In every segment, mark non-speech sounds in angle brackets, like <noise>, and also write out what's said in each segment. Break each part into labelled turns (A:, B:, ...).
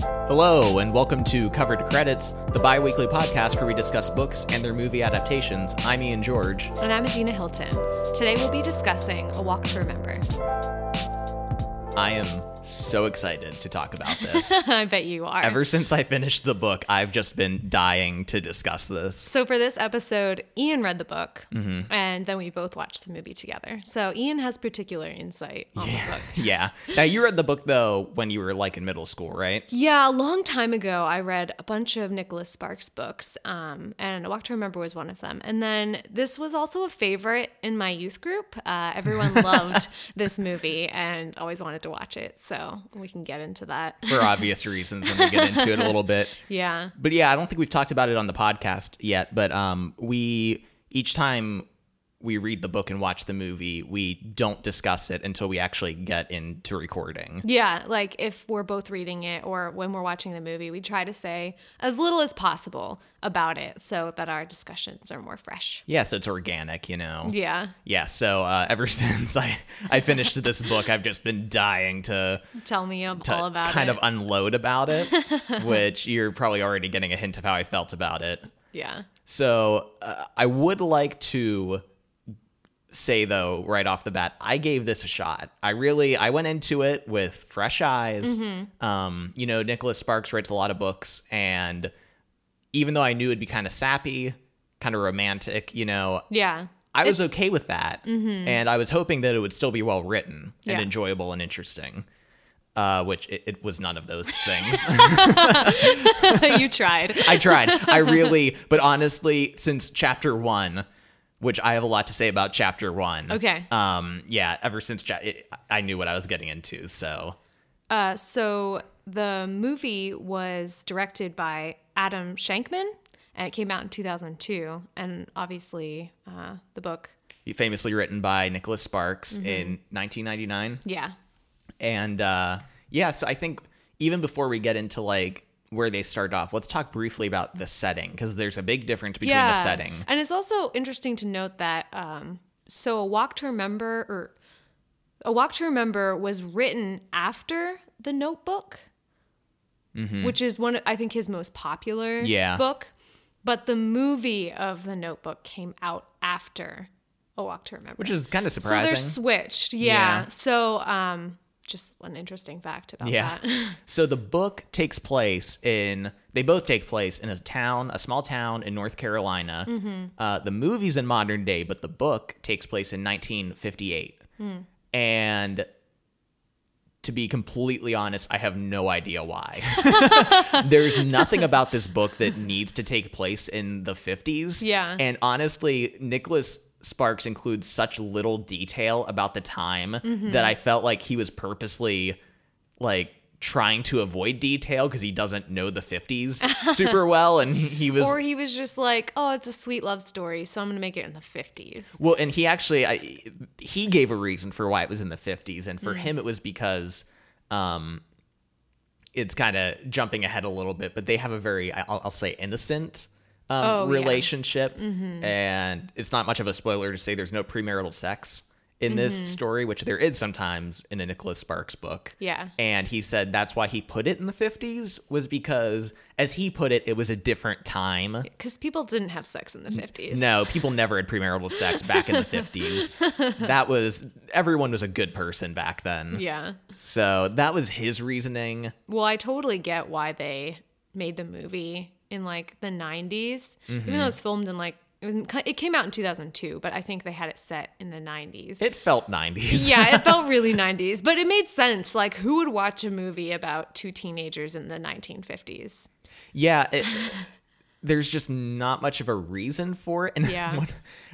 A: Hello, and welcome to Cover to Credits, the bi weekly podcast where we discuss books and their movie adaptations. I'm Ian George.
B: And I'm Adina Hilton. Today we'll be discussing A Walk to Remember. <laughs>
A: I am so excited to talk about this.
B: I bet you are.
A: Ever since I finished the book, I've just been dying to discuss
B: <laughs>
A: this.
B: so, for this episode, Ian read the book
A: Mm-hmm.
B: and then we both watched the movie together. So, Ian has particular insight on the book.
A: Yeah. Now, you read the book, though, when you were like in middle school, right?
B: Yeah, a long time ago, I read a bunch of Nicholas Sparks books, um, and A Walk to Remember was one of them. And then this was also a favorite in my youth group. Uh,
A: <laughs>
B: everyone loved this movie and always wanted to watch it. So, we can get into that.
A: For obvious reasons when we get into it a little bit.
B: yeah.
A: But yeah, I don't think we've talked about it on the podcast yet, but um we each time we read the book and watch the movie, we don't discuss it until we actually get into recording.
B: Yeah, like if we're both reading it or when we're watching the movie, we try to say as little as possible about it so that our discussions are more fresh.
A: Yeah, so it's organic, you know.
B: Yeah,
A: Yeah, so uh, ever <laughs> since I I finished this book, I've just been dying to,
B: tell me ab-
A: to
B: all about
A: kind
B: it.
A: of unload about
B: <laughs>
A: it, which you're probably already getting a hint of how I felt about it.
B: yeah,
A: So uh, I would like to say though right off the bat i gave this a shot i really i went into it with fresh eyes um you know nicholas sparks writes a lot of books and even though i knew it'd be kind of sappy kind of romantic you know
B: yeah, <laughs>
A: i was okay with that and i was hoping that it would still be well written and
B: Yeah.
A: enjoyable and interesting uh which it, it was none of those things
B: you tried.
A: I tried. I really, but honestly, since chapter one, which I have a lot to say about chapter one.
B: Okay.
A: Um. Yeah. Ever since cha- it, I knew what I was getting into. So
B: Uh, so the movie was directed by Adam Shankman and it came out in 2002. And obviously, uh, the book,
A: famously written by Nicholas Sparks
B: Mm-hmm.
A: in 1999,
B: yeah,
A: and uh, yeah. So I think even before we get into like where they start off, let's talk briefly about the setting because there's a big difference between the setting.
B: And it's also interesting to note that um, so a walk to remember or a walk to remember was written after the Notebook, which is one of- I think his most popular
A: Mm-hmm. Yeah.
B: book. But the movie of the Notebook came out after a walk to remember,
A: Which is kind of
B: so
A: surprising.
B: they're switched. Yeah.
A: Yeah.
B: So um, just an interesting fact about
A: Yeah.
B: that. <laughs>
A: so the book takes place in, they both take place in a town, a small town in North Carolina. Uh, the movie's in modern day, but the book takes place in 1958. And to be completely honest, I have no idea why. There's nothing about this book that needs to take place in the 50s.
B: Yeah.
A: And honestly, Nicholas Sparks includes such little detail about the time that I felt like he was purposely like trying to avoid detail because he doesn't know the
B: <laughs>
A: 50s super well and he was
B: Or he was just like, oh, it's a sweet love story, so I'm going to make it in the 50s.
A: Well, and he actually I, he gave a reason for why it was in the 50s and
B: Mm.
A: for him it was because um it's kind of jumping ahead a little bit, but they have a very I- I'll, I'll say innocent um,
B: Oh, yeah. Mm-hmm.
A: relationship and it's not much of a spoiler to say there's no premarital sex in
B: Mm-hmm.
A: this story, which there is sometimes in a Nicholas Sparks book.
B: Yeah.
A: And he said that's why he put it in the 50s was because as he put it, it was a different time.
B: Because people didn't have sex in the 50s.
A: No, people never had premarital sex back in
B: <laughs>
A: the 50s. That was everyone was a good person back then.
B: Yeah.
A: So that was his reasoning.
B: Well, I totally get why they made the movie in like the 90s, even though it
A: Mm-hmm.
B: was filmed in like, it, was, it came out in 2002, but I think they had it set in the 90s.
A: It felt 90s.
B: yeah, it felt really 90s, but it made sense. Like, who would watch a movie about two teenagers in the 1950s?
A: <laughs> Yeah, it, there's just not much of a reason for it. And <laughs>
B: Yeah.
A: one-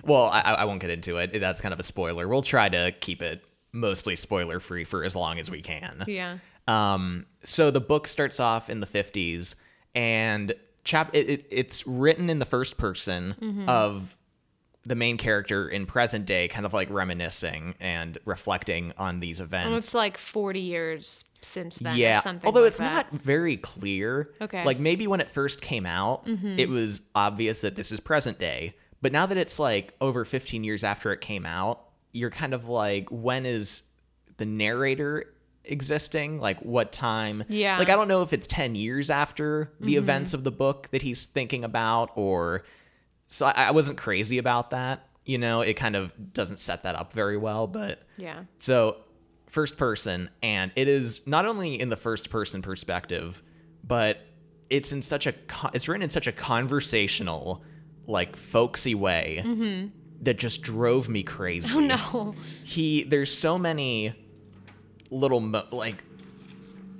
A: well, I, I won't get into it. That's kind of a spoiler. We'll try to keep it mostly spoiler free for as long as we can.
B: Yeah.
A: Um, so the book starts off in the 50s, and chap it, it, it's written in the first person of the main character in present day, kind of like reminiscing and reflecting on these
B: Well,
A: events.
B: It's like 40 years since then or
A: Yeah,
B: something.
A: although
B: like
A: it's
B: that.
A: not very clear.
B: Okay. Mm-hmm.
A: like maybe when it first came out, it was obvious that this is present day. But now that it's like over 15 years after it came out, you're kind of like, when is the narrator existing, like what time.
B: Yeah. Mm-hmm.
A: Like I don't know if it's 10 years after the events of the book that he's thinking about or so I, I wasn't crazy about that. You know, it kind of doesn't set that up very well, but
B: Yeah.
A: so, first person, and it is not only in the first person perspective, but it's in such a co- it's written in such a conversational, like folksy way that just drove me crazy.
B: Oh no.
A: He there's so many little mo- like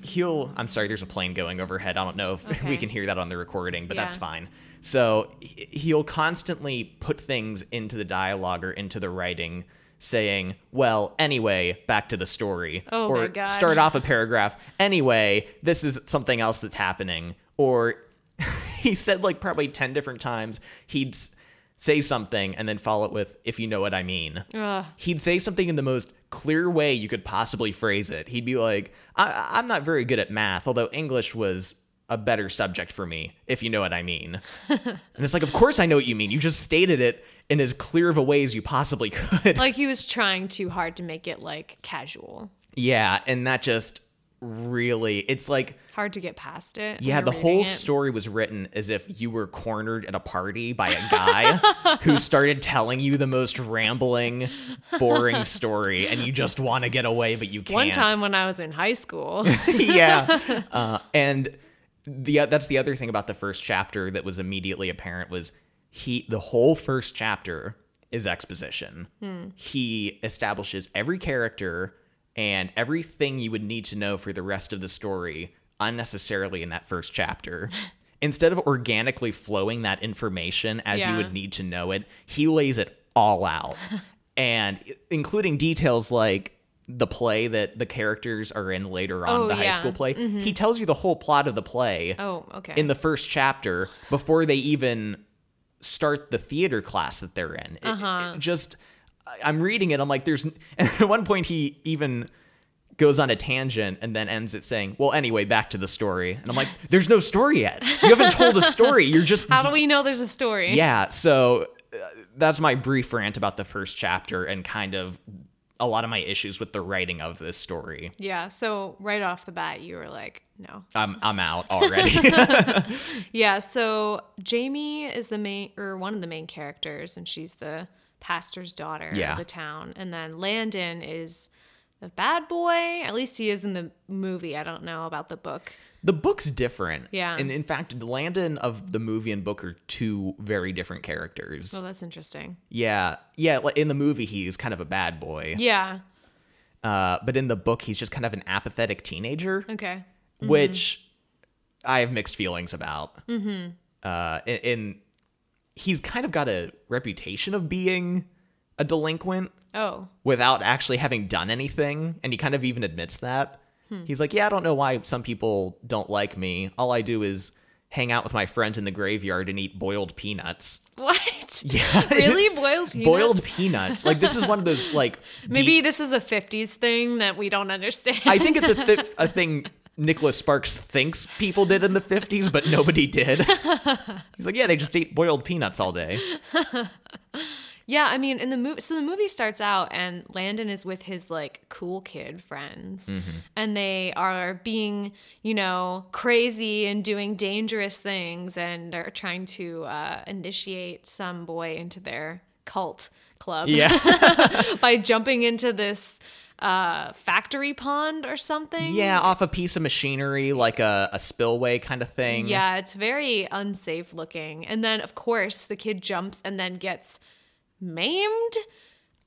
A: he'll I'm sorry, there's a plane going overhead. I don't know if
B: Okay.
A: we can hear that on the recording, but that's
B: Yeah.
A: fine. So he- he'll constantly put things into the dialogue or into the writing saying, "Well, anyway, back to the story."
B: Oh
A: or
B: my God.
A: start off a paragraph, "Anyway, this is something else that's happening." Or <laughs> he said like probably 10 different times he'd s- say something and then follow it with, "If you know what I mean."
B: Ugh.
A: he'd say something in the most clear way you could possibly phrase it. He'd be like, I- I'm not very good at math, although English was a better subject for me, if you know what I
B: <laughs>
A: mean. and it's like, of course I know what you mean. You just stated it in as clear of a way as you possibly could.
B: Like he was trying too hard to make it like casual.
A: <laughs> yeah, and that just really, it's like,
B: Hard to get past it. when
A: yeah,
B: you're
A: the whole
B: reading it.
A: story was written as if you were cornered at a party by a guy <laughs> who started telling you the most rambling, boring story, and you just want to get away, but you can't.
B: One time when I was in
A: <laughs>
B: high school.
A: yeah. Uh, and the uh, that's the other thing about the first chapter that was immediately apparent was he the whole first chapter is exposition. He establishes every character and everything you would need to know for the rest of the story unnecessarily in that first chapter. Instead of organically flowing that information as you
B: Yeah.
A: would need to know it, he lays it all out. and including details like the play that the characters are in later on,
B: Oh,
A: the high
B: yeah.
A: school play. He tells you the whole plot of the play
B: oh, okay.
A: in the first chapter before they even start the theater class that they're in. It- it
B: Uh-huh.
A: just, I- I'm reading it. I'm like, there's. n- <laughs> And at one point, he even goes on a tangent and then ends it saying, "Well, anyway, back to the story." And
B: <laughs>
A: I'm like, "There's no story yet. You haven't told a story. You're just
B: How do we know there's a story?
A: yeah, so uh, that's my brief rant about the first chapter and kind of a lot of my issues with the writing of this story.
B: Yeah. So right off the bat, you were like, no.
A: I'm I'm
B: <laughs>
A: out already.
B: Yeah. So Jamie is the main, or one of the main characters, and she's the pastor's daughter
A: Yeah.
B: of the town. And then Landon is the bad boy. At least he is in the movie. I don't know about the book.
A: the book's different.
B: Yeah.
A: And in fact, Landon of the movie and book are two very different characters.
B: Oh, that's interesting.
A: Yeah. Yeah, like in the movie he's kind of a bad boy.
B: Yeah.
A: Uh, but in the book he's just kind of an apathetic teenager.
B: Okay. Mm-hmm.
A: which I have mixed feelings about. Mm-hmm. Uh, and, and he's kind of got a reputation of being a delinquent
B: Oh, <laughs>
A: without actually having done anything, and he kind of even admits that.
B: Hmm.
A: He's like, "Yeah, I don't know why some people don't like me. All I do is hang out with my friends in the graveyard and eat boiled peanuts."
B: what?
A: Yeah,
B: <laughs>
A: <laughs>
B: Really?
A: it's
B: Boiled peanuts?
A: <laughs> boiled peanuts. Like this is one of those
B: <laughs>
A: like
B: Maybe this is a 50s thing that we don't understand.
A: <laughs> I think it's a, th- a thing Nicholas Sparks thinks people did in the 50s, but nobody
B: <laughs>
A: did. He's like, yeah, they just ate boiled peanuts all day.
B: <laughs> Yeah, I mean, in the movie, so the movie starts out and Landon is with his like cool kid friends,
A: Mm-hmm.
B: and they are being, you know, crazy and doing dangerous things, and are trying to uh, initiate some boy into their cult club
A: Yeah.
B: <laughs> by jumping into this uh, factory pond or
A: <laughs>
B: something.
A: yeah, off a piece of machinery, like a, a spillway kind of thing.
B: Yeah, it's very unsafe looking. And then, of course, the kid jumps and then gets maimed.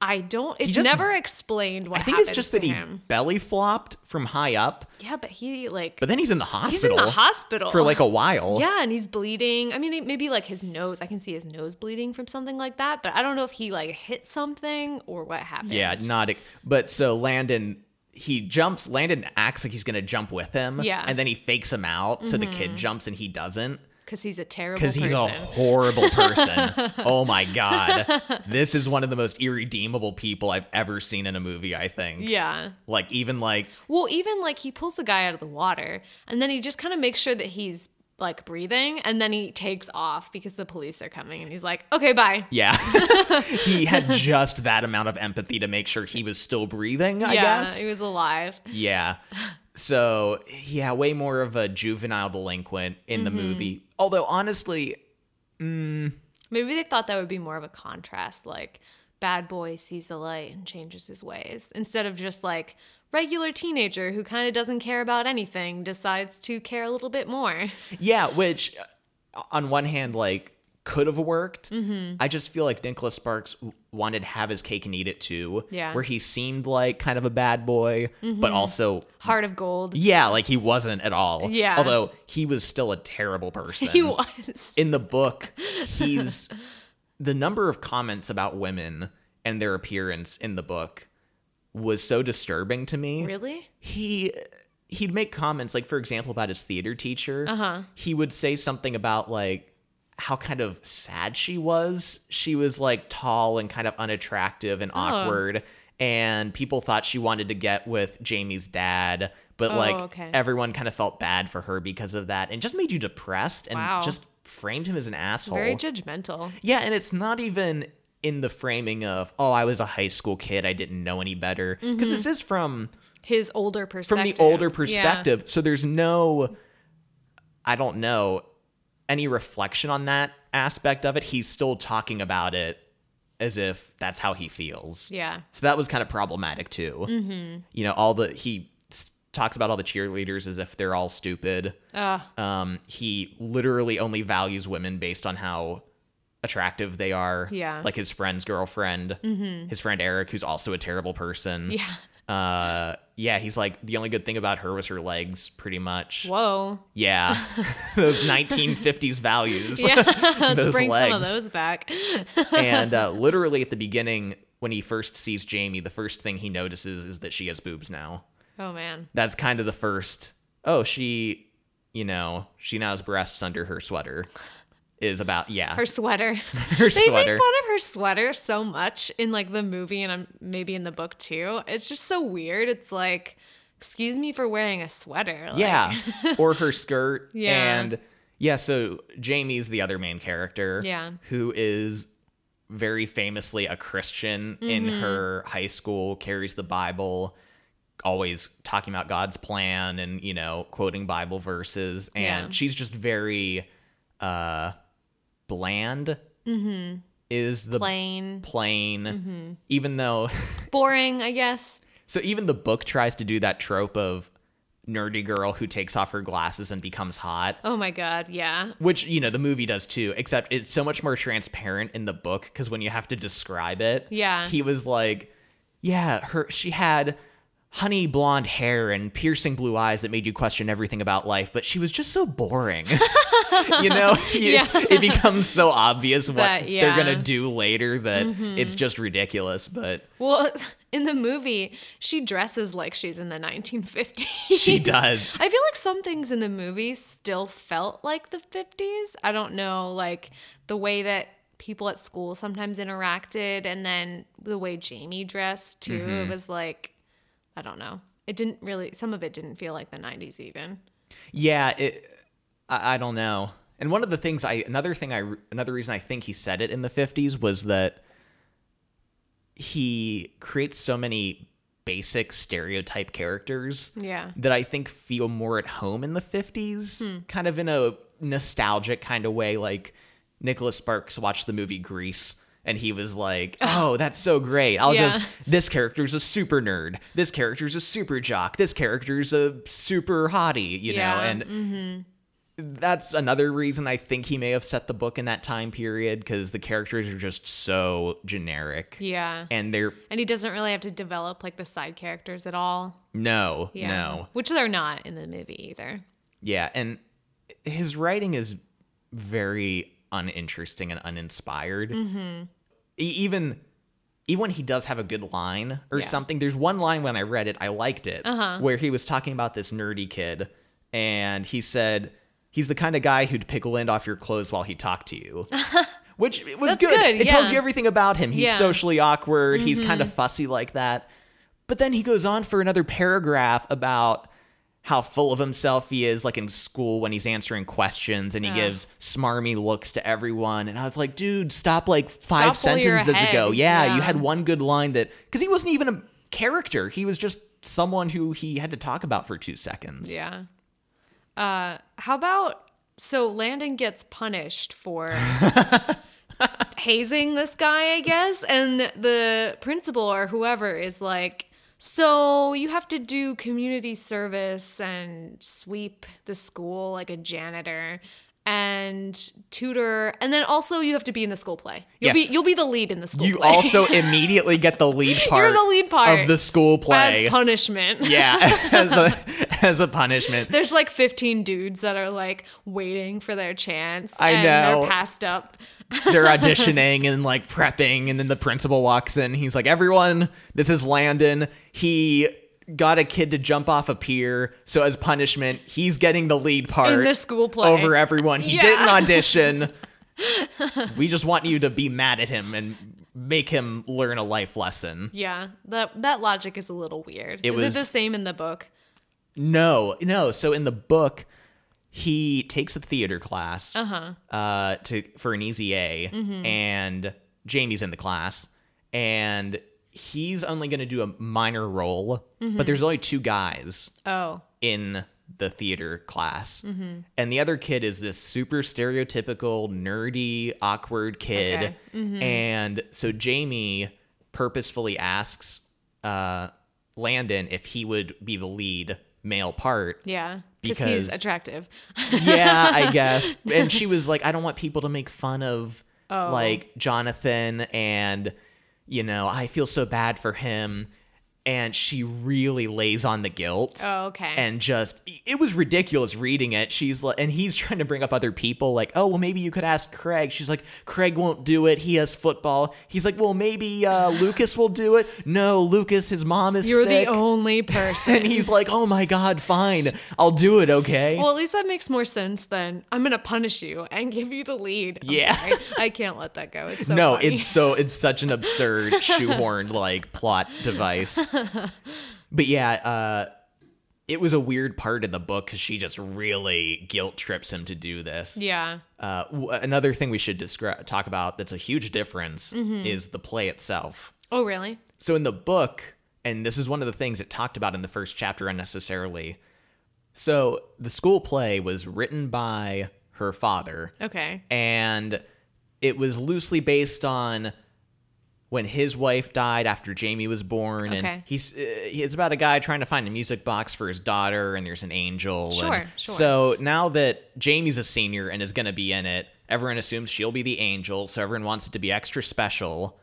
B: I don't. It's
A: just-
B: never explained what.
A: I think it's just that he belly flopped from high up,
B: Yeah, but he like.
A: but then he's in the
B: he's
A: hospital,
B: in the hospital
A: for like a while.
B: Yeah, and he's bleeding. I mean, it- maybe like his nose. I can see his nose bleeding from something like that. But I don't know if he like hit something or what happened.
A: Yeah, not. ex- But so Landon, he jumps. Landon acts like he's gonna jump with him.
B: Yeah.
A: and then he fakes him out, so the kid jumps and he doesn't.
B: because he's a terrible.
A: because
B: person.
A: he's a <laughs> horrible person.
B: <laughs>
A: oh my god, this is one of the most irredeemable people I've ever seen in a movie. I think.
B: Yeah.
A: Like even like
B: Well, even like he pulls the guy out of the water and then he just kind of makes sure that he's like breathing and then he takes off because the police are coming and he's like, "Okay, bye."
A: Yeah. <laughs>
B: <laughs>
A: he had just that amount of empathy to make sure he was still breathing, I
B: yeah,
A: guess.
B: he was alive.
A: Yeah. So, yeah, way more of a juvenile delinquent in
B: Mm-hmm.
A: the movie. Although, honestly,
B: Maybe they thought that would be more of a contrast, like bad boy sees the light and changes his ways, instead of just like regular teenager who kind of doesn't care about anything decides to care a little bit more.
A: <laughs> yeah, which uh, on one hand, like, could have worked.
B: Mm-hmm.
A: I just feel like Nicholas Sparks w- wanted to have his cake and eat it too.
B: Yeah. Mm-hmm.
A: Where he seemed like kind of a bad boy, but also,
B: Heart of gold.
A: yeah, like he wasn't at all.
B: Yeah.
A: Although he was still a terrible person.
B: <laughs> He was.
A: in the book, he's <laughs> the number of comments about women and their appearance in the book was so disturbing to me.
B: Really?
A: He he'd make comments like for example about his theater teacher. Uh-huh. He would say something about like how kind of sad she was. She was like tall and kind of unattractive
B: Oh.
A: and awkward and people thought she wanted to get with Jamie's dad, but
B: Oh,
A: like
B: okay.
A: everyone kind of felt bad for her because of that and just made you depressed and
B: Wow.
A: just framed him as an asshole.
B: Very judgmental.
A: yeah, and it's not even in the framing of, oh, I was a high school kid, I didn't know any better. Because
B: Mm-hmm.
A: this is from
B: His older
A: from
B: perspective.
A: the older
B: Yeah.
A: perspective. So there's no I don't know any reflection on that aspect of it. He's still talking about it as if that's how he feels.
B: Yeah.
A: So that was kind of problematic too. Mm-hmm. You know, all the he s- talks about all the cheerleaders as if they're all stupid.
B: Ugh.
A: Um, he literally only values women based on how attractive they are.
B: Yeah. Mm-hmm.
A: like his friend's girlfriend, his friend Eric, who's also a terrible person.
B: yeah.
A: Uh, yeah, he's like the only good thing about her was her legs, pretty much. <laughs>
B: Whoa. <laughs>
A: Yeah, those 1950s values.
B: Yeah. <laughs>
A: <laughs>
B: Let's
A: Those
B: bring some of
A: legs.
B: those <laughs> back.
A: and uh, literally at the beginning, when he first sees Jamie, the first thing he notices is that she has boobs now.
B: Oh man.
A: That's kind of the first. Oh, she, you know, she now has breasts under her sweater. Is about yeah,
B: Her sweater.
A: her
B: <laughs> They
A: sweater.
B: make fun of her sweater so much in like the movie and um, maybe in the book too. It's just so weird. It's like, excuse me for wearing a sweater. Like,
A: Yeah, or her skirt.
B: <laughs> Yeah.
A: and yeah. So Jamie's the other main character.
B: <laughs> Yeah.
A: who is very famously a Christian in
B: Mm-hmm.
A: her high school, carries the Bible, always talking about God's plan and you know quoting Bible verses, and
B: Yeah.
A: she's just very uh bland. Mm-hmm. Is the
B: Plain, Mm-hmm.
A: plain even though <laughs>
B: boring, I guess.
A: so even the book tries to do that trope of nerdy girl who takes off her glasses and becomes hot
B: Oh my god. Yeah.
A: which you know the movie does too except it's so much more transparent in the book because when you have to describe it
B: Yeah.
A: he was like yeah her she had honey blonde hair and piercing blue eyes that made you question everything about life but she was just so boring <laughs> you know
B: <laughs>
A: It's- it becomes so obvious what
B: That-
A: they're
B: yeah. Mm-hmm.
A: gonna do later that it's just ridiculous but
B: Well, <laughs> in the movie, she dresses like she's in the 1950s.
A: She does.
B: <laughs> I feel like some things in the movie still felt like the 50s. I don't know, like the way that people at school sometimes interacted, and then the way Jamie dressed too.
A: Mm-hmm.
B: It was like, I don't know. It didn't really, some of it didn't feel like the 90s even.
A: Yeah, it. I, I don't know. And one of the things I, another thing I, another reason I think he said it in the fifties was that he creates so many basic stereotype characters
B: Yeah.
A: that I think feel more at home in the 50s,
B: Hmm.
A: kind of in a nostalgic kind of way. Like Nicholas Sparks watched the movie Grease and he was
B: <laughs>
A: like, oh, that's so great. I'll
B: Yeah.
A: just, this character's a super nerd. This character's a super jock. This character's a super hottie, you know?
B: Yeah, mm-hmm.
A: And that's another reason I think he may have set the book in that time period because the characters are just so generic.
B: Yeah.
A: And they're,
B: And he doesn't really have to develop like the side characters at all.
A: no,
B: Yeah.
A: no.
B: Which they're not in the movie either.
A: Yeah, and his writing is very uninteresting and uninspired. Mm-hmm. even even when he does have a good line or
B: Yeah.
A: something, there's one line when I read it, I liked it,
B: Uh-huh.
A: where he was talking about this nerdy kid, and he said he's the kind of guy who'd pick lint off your clothes while he talked to
B: <laughs>
A: you. Which was
B: That's good,
A: It tells
B: yeah.
A: you everything about him. He's
B: Yeah. Mm-hmm.
A: socially awkward. He's kind of fussy like that. But then he goes on for another paragraph about how full of himself he is, like in school when he's answering questions and he gives smarmy looks to everyone. And I was like, dude, stop like five
B: Stop while you're
A: sentences ago.
B: ahead.
A: Yeah,
B: Yeah.
A: you had one good line that, because he wasn't even a character, he was just someone who he had to talk about for two seconds.
B: Yeah. Uh, how about so Landon gets
A: <laughs>
B: punished for hazing this guy, I guess, and the principal or whoever is like, so you have to do community service and sweep the school like a janitor and tutor, and then also you have to be in the school play. You'll
A: Yeah.
B: be you'll be the lead in the school. <laughs>
A: You
B: play.
A: also immediately get the
B: <laughs>
A: lead part,
B: the lead part.
A: of the school play.
B: as punishment.
A: yeah, <laughs> as a,
B: <laughs>
A: as a punishment.
B: There's like 15 dudes that are like waiting for their chance.
A: I
B: and
A: know.
B: They're passed up.
A: they're auditioning and like prepping and then the principal walks in he's like everyone this is landon he got a kid to jump off a pier so as punishment he's getting the lead part
B: the school play.
A: over everyone he
B: Yeah.
A: didn't
B: <laughs>
A: audition we just want you to be mad at him and make him learn a life lesson
B: Yeah, that that logic is a little weird. Is
A: was-
B: it the same in the book?
A: no no so in the book he takes a theater class
B: Uh huh.
A: uh, to for an easy A, and Jamie's in the class, and he's only going to do a minor role, but there's only two guys
B: Oh,
A: in the theater class, and the other kid is this super stereotypical nerdy, awkward kid,
B: Okay.
A: and so Jamie purposefully asks uh, Landon if he would be the lead male
B: <laughs>
A: part
B: yeah.
A: Because-
B: he's attractive. <laughs>
A: yeah, I guess. And she was like, I don't want people to make fun of like Jonathan and you know, I feel so bad for him. And she really lays on the guilt.
B: Oh, okay.
A: And just it was ridiculous reading it. She's like and he's trying to bring up other people like, "Oh, well maybe you could ask Craig." She's like, "Craig won't do it. He has football." He's like, "Well, maybe
B: <laughs>
A: uh, Lucas will do it." No, Lucas his mom is
B: You're
A: sick.
B: the
A: <laughs>
B: only person.
A: and he's like, "Oh my god, fine. I'll do it, okay?"
B: well, at least that makes more sense than I'm gonna punish you and give you the lead. I'm
A: Yeah.
B: sorry. I can't let that go. It's so
A: no,
B: funny.
A: it's so it's such an absurd shoehorned like plot
B: <laughs>
A: device. But yeah, uh it was a weird part of the book cuz she just really guilt trips him to do this.
B: <laughs> yeah.
A: Uh w- another thing we should descri- talk about that's a huge difference is the play itself.
B: Oh, really?
A: So in the book, and this is one of the things it talked about in the first chapter unnecessarily. So the school play was written by her father
B: Okay.
A: and it was loosely based on when his wife died after Jamie was born, and
B: Okay.
A: he's uh, it's about a guy trying to find a music box for his daughter, and there's an angel.
B: Sure,
A: and
B: sure.
A: So now that Jamie's a senior and is going to be in it, everyone assumes she'll be the angel, so everyone wants it to be extra special.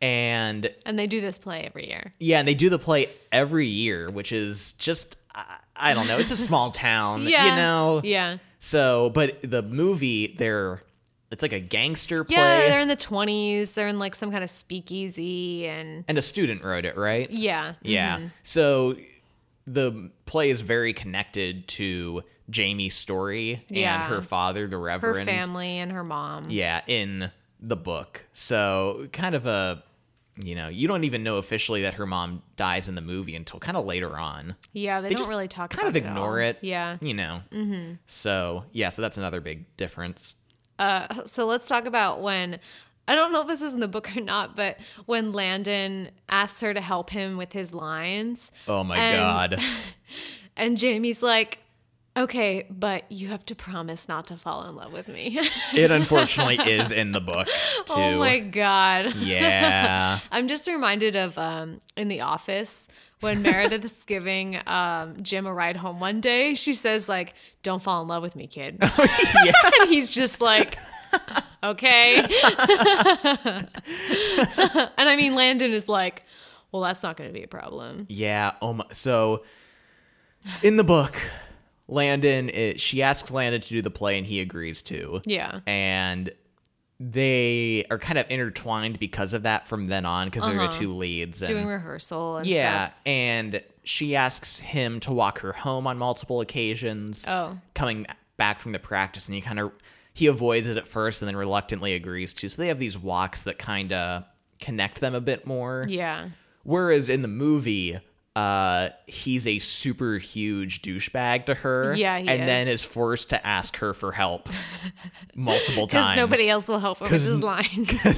A: And
B: And they do this play every year.
A: yeah, and they do the play every year, which is just I, I don't know. It's a
B: <laughs>
A: small town,
B: Yeah.
A: you know.
B: Yeah.
A: So, but the movie, they're it's like a gangster play,
B: Yeah, they're in the 20s. They're in like some kind of speakeasy and
A: and a student wrote it, right?
B: yeah.
A: Yeah. So the play is very connected to Jamie's story
B: Yeah.
A: and her father, the
B: Her
A: Reverend.
B: family and her mom.
A: Yeah, in the book. So kind of a you know, you don't even know officially that her mom dies in the movie until kind of later on.
B: Yeah, they, don't
A: just
B: really talk
A: kind
B: about
A: of
B: it at
A: ignore
B: all.
A: it.
B: Yeah. <laughs>
A: You know. Mm-hmm. So yeah, so that's another big difference.
B: So let's talk about when I don't know if this is in the book or not, but when Landon asks her to help him with his lines
A: Oh my
B: And- <laughs>
A: god.
B: and Jamie's like, "Okay, but you have to promise not to fall in love with me." <laughs>
A: It unfortunately is in the book too.
B: oh my god.
A: Yeah.
B: I'm just reminded of um, in The Office
A: <laughs>
B: when Meredith is giving um, Jim a ride home one day. She says like, "Don't fall in love with
A: <laughs>
B: me, kid,"
A: Oh,
B: <laughs> and he's just like, "Okay." <laughs> and I mean, Landon is like, "Well, that's not going to be a problem."
A: <laughs> Yeah. Oh my. So, in the book, Landon, it, she asks Landon to do the play, and he agrees to.
B: Yeah.
A: And they are kind of intertwined because of that from then on, because they're the two leads. And,
B: Uh-huh. Doing rehearsal and
A: yeah.
B: stuff.
A: And she asks him to walk her home on multiple occasions.
B: Oh.
A: Coming back from the practice, and he kind of he avoids it at first, and then reluctantly agrees to. So they have these walks that kind of connect them a bit more.
B: Yeah.
A: Whereas in the movie, uh, he's a super huge douchebag to her.
B: Yeah, he
A: and then
B: is.
A: is forced to ask her for
B: <laughs>
A: help multiple
B: Because
A: times.
B: nobody else will help him with
A: 'Cause
B: his
A: n-
B: line.
A: <laughs>
B: <laughs>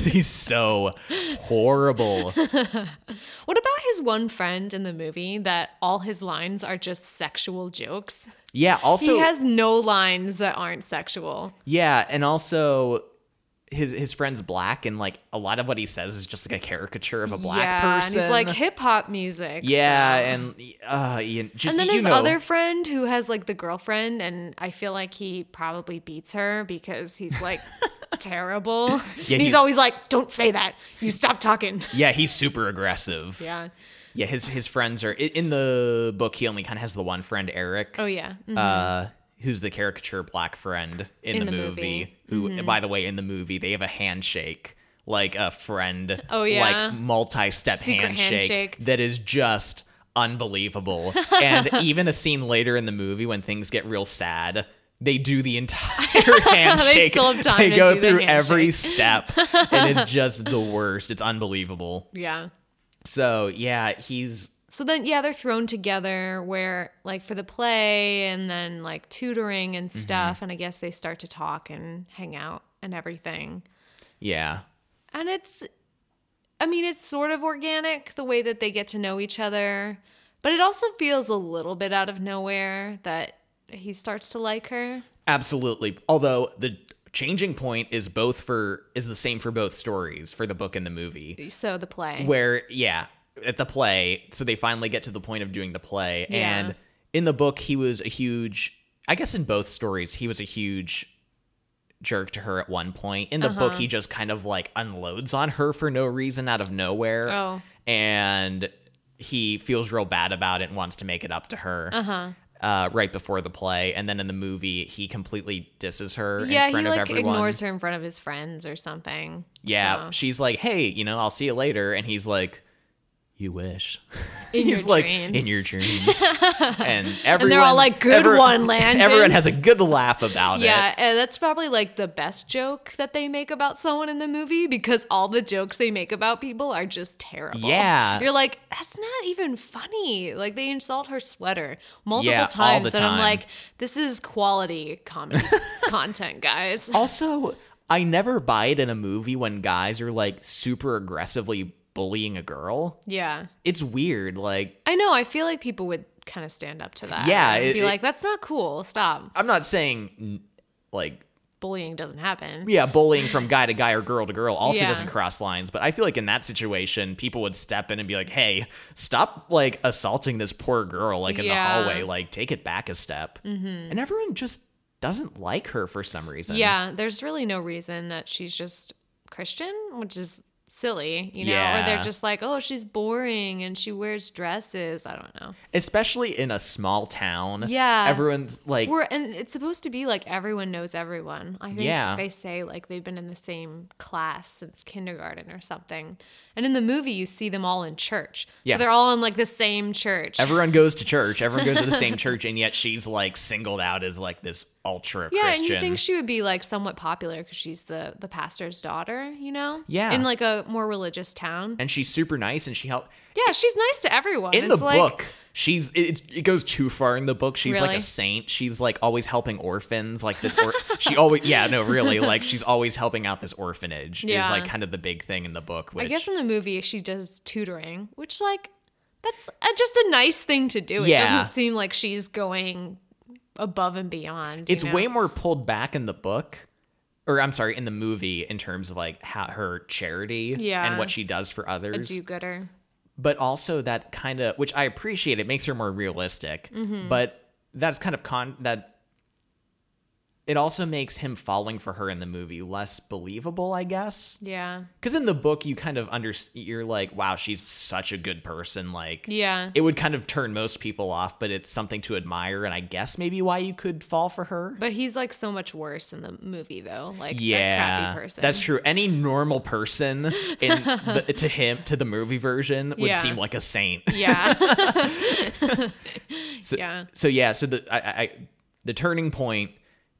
A: he's so horrible.
B: what about his one friend in the movie that all his lines are just sexual jokes?
A: Yeah. Also,
B: he has no lines that aren't sexual.
A: yeah, and also. His, his friend's black and like a lot of what he says is just like a caricature of a black
B: yeah,
A: person.
B: And he's like hip hop music.
A: yeah, and uh, you, just
B: And then
A: you
B: his
A: know,
B: other friend who has like the girlfriend, and I feel like he probably beats her because he's
A: <laughs>
B: like terrible. And he's,
A: he's-
B: always like, don't say that. You
A: <laughs>
B: stop talking.
A: yeah, he's super aggressive.
B: Yeah.
A: Yeah, his his friends are i- in the book. He only kind of has the one friend, Eric,
B: Oh, yeah. Mm.
A: uh, who's the caricature black friend in, the, movie. Who,
B: Mm-hmm.
A: by the way, in the movie they have a handshake, like a friend,
B: Oh, yeah.
A: like multi-step
B: Secret
A: handshake,
B: handshake.
A: that is just
B: <laughs>
A: unbelievable. and even a scene later in the movie when things get real sad. They do the
B: <laughs>
A: entire <laughs> handshake.
B: still have time
A: They
B: to
A: go
B: do the
A: through every
B: handshake.
A: step, and
B: <laughs>
A: it's just the worst. It's unbelievable.
B: Yeah.
A: So yeah, he's
B: So then, yeah, they're thrown together where, like, for the play and then, like, tutoring and
A: Mm-hmm.
B: stuff. And I guess they start to talk and hang out and everything.
A: yeah.
B: And it's, I mean, it's sort of organic the way that they get to know each other, but it also feels a little bit out of nowhere that he starts to like her.
A: Absolutely. Although the changing point is both for is the same for both stories for the book and the movie.
B: So the play.
A: Where yeah, at the play, so they finally get to the point of doing the play
B: Yeah.
A: and in the book he was a huge I guess in both stories he was a huge jerk to her at one point. In the
B: Uh-huh.
A: book he just kind of like unloads on her for no reason out of nowhere.
B: Oh.
A: And he feels real bad about it and wants to make it up to her
B: Uh huh.
A: uh, right before the play, and then in the movie he completely disses her
B: Yeah,
A: in
B: he
A: front of
B: like
A: everyone.
B: ignores her in front of his friends or something.
A: Yeah,
B: So,
A: she's like, "Hey, you know, I'll see you later," and he's like, "You wish." <laughs> <laughs>
B: in
A: he's
B: your
A: like,
B: dreams. <laughs>
A: "In your dreams," and everyone
B: they're all like, "Good
A: everyone- <laughs>
B: one, Landon."
A: Everyone has a good laugh about
B: Yeah,
A: it.
B: and that's probably like the best joke that they make about someone in the movie because all the jokes they make about people are just terrible.
A: Yeah.
B: You're like, that's not even funny. Like they insult her sweater multiple
A: Yeah, all
B: times.
A: the
B: And I'm
A: time.
B: like, this is quality comedy
A: <laughs>
B: content, guys.
A: Also, I never buy it in a movie when guys are like super aggressively bullying a girl.
B: Yeah.
A: It's weird. Like,
B: I know, I feel like people would kind of stand up to that.
A: Yeah,
B: and
A: it-
B: be
A: it-
B: like, that's not cool. Stop.
A: I'm not saying like
B: Bullying doesn't happen.
A: yeah, bullying from guy to guy or girl to girl also
B: Yeah.
A: doesn't cross lines. But I feel like in that situation, people would step in and be like, "Hey, stop like assaulting this poor girl like in
B: Yeah. Mm-hmm.
A: the hallway. Like, take it back a step." And everyone just doesn't like her for some reason.
B: Yeah, there's really no reason that she's just Christian, which is silly, you know? Or
A: Yeah.
B: they're just like, oh, she's boring and she wears dresses. I don't know.
A: especially in a small town.
B: Yeah.
A: everyone's like,
B: We're, and it's supposed to be like everyone knows everyone. I think
A: Yeah.
B: they say like they've been in the same class since kindergarten or something. And in the movie, you see them all in church.
A: Yeah.
B: So they're all in like the same church.
A: everyone goes to church. Everyone goes to the same church, and yet she's like singled out as like this ultra
B: yeah,
A: Christian.
B: and you think she would be like somewhat popular because she's the the pastor's daughter, you know?
A: Yeah.
B: In like a more religious town.
A: and she's super nice, and she helped.
B: Yeah, she's nice to everyone.
A: in
B: it's
A: the
B: like,
A: book she's it, it goes too far in the book she's like
B: Really?
A: a saint she's like always helping orphans like this or she <laughs> always yeah no really like she's always helping out this orphanage
B: Yeah.
A: is like kind of the big thing in the book which
B: I guess in the movie she does tutoring, which like that's uh, just a nice thing to do. It
A: Yeah.
B: doesn't seem like she's going above and beyond. you
A: it's
B: know?
A: way more pulled back in the book or i'm sorry in the movie in terms of like how her charity
B: Yeah.
A: and what she does for
B: a
A: others
B: do-gooder.
A: but also that kind of which I appreciate. It makes her more realistic,
B: Mm-hmm.
A: but that's kind of con that. It also makes him falling for her in the movie less believable, I guess.
B: Yeah,
A: Because in the book, you kind of under you're like, wow, she's such a good person. Like,
B: yeah,
A: it would kind of turn most people off, but it's something to admire, and I guess maybe why you could fall for her.
B: but he's like so much worse in the movie though. Like that
A: Yeah,
B: crappy person.
A: that's true. Any normal person
B: <laughs>
A: in the, to him to the movie version would
B: Yeah.
A: seem like a saint.
B: Yeah,
A: <laughs>
B: <laughs>
A: So,
B: Yeah.
A: So yeah. So the I, I- I the turning point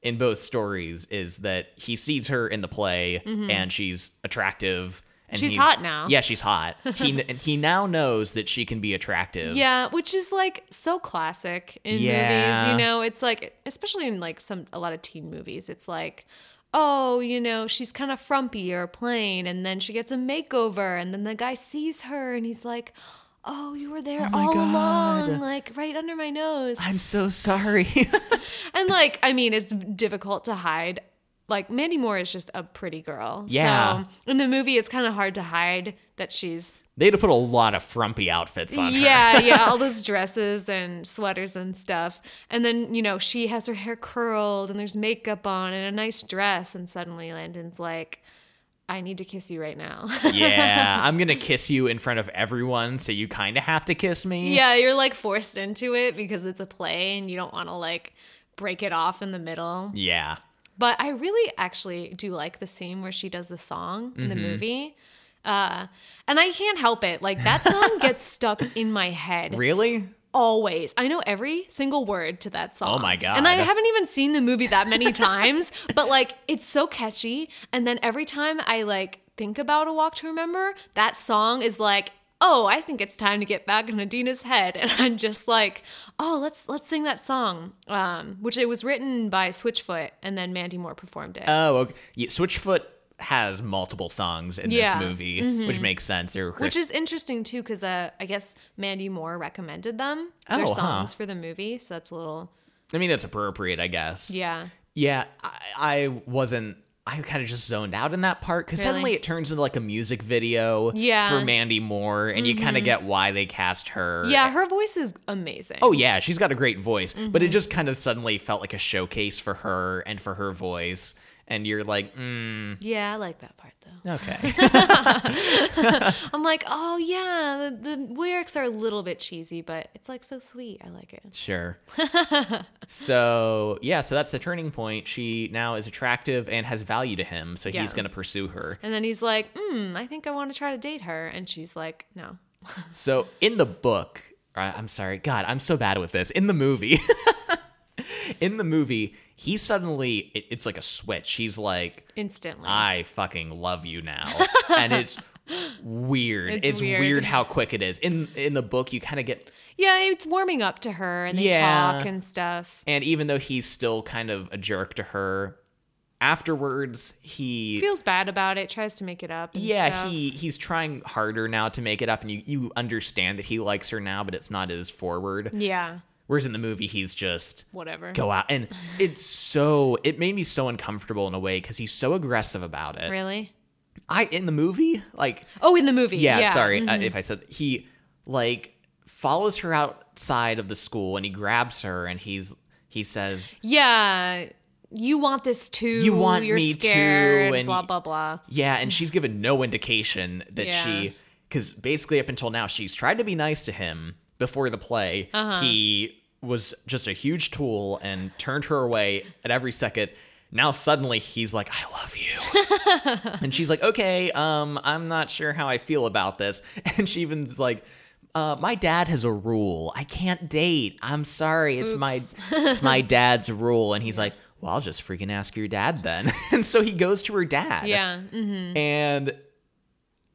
A: in both stories is that he sees her in the play and she's attractive And
B: Mm-hmm. She's
A: he's-
B: hot now.
A: Yeah, she's hot.
B: <laughs>
A: He kn- and he now knows that she can be attractive.
B: Yeah, which is like so classic in
A: Yeah.
B: movies. You know, it's like especially in like some a lot of teen movies, it's like, oh, you know, she's kind of frumpy or plain, and then she gets a makeover, and then the guy sees her and he's like, Oh, you were there
A: my
B: all
A: God.
B: along, like right under my nose.
A: I'm so sorry. <laughs>
B: And like, I mean, it's difficult to hide. Like Mandy Moore is just a pretty girl.
A: Yeah.
B: So in the movie, it's kind of hard to hide that she's
A: They'd have put a lot of frumpy outfits on her.
B: yeah, yeah, all those dresses and sweaters and stuff. And then, you know, she has her hair curled and there's makeup on and a nice dress. And suddenly Landon's like, I need to kiss you right now.
A: <laughs>
B: <laughs>
A: yeah, I'm gonna kiss you in front of everyone, so you kind of have to kiss me.
B: yeah, you're like forced into it because it's a play and you don't want to like break it off in the middle.
A: Yeah.
B: But I really actually do like the scene where she does the song in
A: Mm-hmm.
B: the movie. Uh, and I can't help it. Like that song gets stuck in my head.
A: Really?
B: always. I know every single word to that song.
A: Oh my God.
B: And I haven't even seen the movie that
A: <laughs>
B: many times, but like it's so catchy. And then every time I like think about a walk to remember, that song is like, oh, I think it's time to get back in Adina's head. <laughs> And I'm just like, oh, let's let's sing that song. Um, which it was written by Switchfoot and then Mandy Moore performed it.
A: Oh, okay. Yeah, Switchfoot has multiple songs in
B: Yeah. Mm-hmm.
A: this movie, which makes sense. They're
B: which is interesting too, because uh, I guess Mandy Moore recommended them their
A: Oh, huh.
B: songs for the movie, so that's a little
A: I mean, it's appropriate, I guess.
B: yeah.
A: Yeah, I, I wasn't. I kind of just zoned out in that part because
B: Really?
A: suddenly it turns into like a music video
B: Yeah. Mm-hmm.
A: for Mandy Moore, and you kind of get why they cast her.
B: Yeah, her voice is amazing.
A: Oh yeah, she's got a great voice, but
B: Mm-hmm.
A: it just kind of suddenly felt like a showcase for her and for her voice. And you're like, mm,
B: Yeah, I like that part though.
A: okay,
B: <laughs> I'm like, oh yeah, the, the lyrics are a little bit cheesy, but it's like so sweet. I like it.
A: sure. so yeah, so that's the turning point. She now is attractive and has value to him, so
B: Yeah.
A: he's gonna pursue her.
B: And then he's like, hmm, I think I want to try to date her. And she's like, no.
A: So in the book, I- I'm sorry, God, I'm so bad with this. In the movie, <laughs> in the movie, he suddenly it- it's like a switch. He's like,
B: Instantly.
A: I fucking love you
B: <laughs>
A: now. and it's weird. It's,
B: It's
A: weird.
B: weird.
A: how quick it is. In in the book you kind of get
B: yeah, it's warming up to her and they
A: Yeah.
B: talk and stuff.
A: and even though he's still kind of a jerk to her, afterwards he
B: Feels bad about it, tries to make it up. and
A: yeah,
B: stuff.
A: he he's trying harder now to make it up and you you understand that he likes her now, but it's not as forward.
B: Yeah,
A: Whereas in the movie he's just
B: whatever.
A: go out and it's so it made me so uncomfortable in a way cuz he's so aggressive about it.
B: Really?
A: I in the movie like
B: Oh, in the movie.
A: yeah, sorry uh, if I said he like follows her outside of the school and he grabs her and he's he says
B: Yeah. You want this too.
A: You want
B: You're
A: me too,
B: scared,
A: and-
B: blah, blah, blah.
A: yeah and she's given no indication that
B: Yeah.
A: she because basically up until now she's tried to be nice to him before the play he was just a huge tool and turned her away at every second now suddenly he's like i love you and she's like okay um i'm not sure how i feel about this <laughs> and she even's like uh, my dad has a rule. I can't date. I'm sorry. It's my it's my dad's rule. And he's like, well, I'll just freaking ask your dad then. <laughs> and so he goes to her dad.
B: Yeah. Mm-hmm.
A: And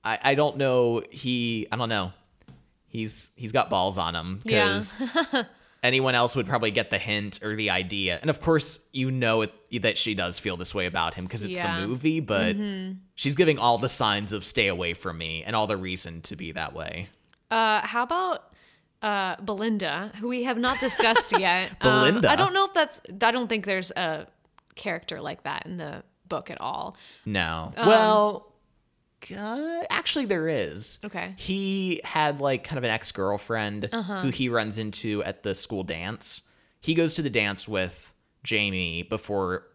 A: I I don't know. He I don't know. He's he's got balls on him
B: <laughs>
A: because anyone else would probably get the hint or the idea. And of course, you know it, that she does feel this way about him because it's
B: Yeah. Mm-hmm.
A: the movie. But she's giving all the signs of stay away from me and all the reason to be that way.
B: Uh, how about uh, Belinda, who we have
A: <laughs>
B: not discussed yet? Um,
A: Belinda?
B: I don't know if that's. I don't think there's a character like that in the book at all.
A: No.
B: Um,
A: well, uh, actually, there is.
B: Okay.
A: He had like kind of an ex girlfriend
B: Uh-huh.
A: who he runs into at the school dance. He goes to the dance with Jamie before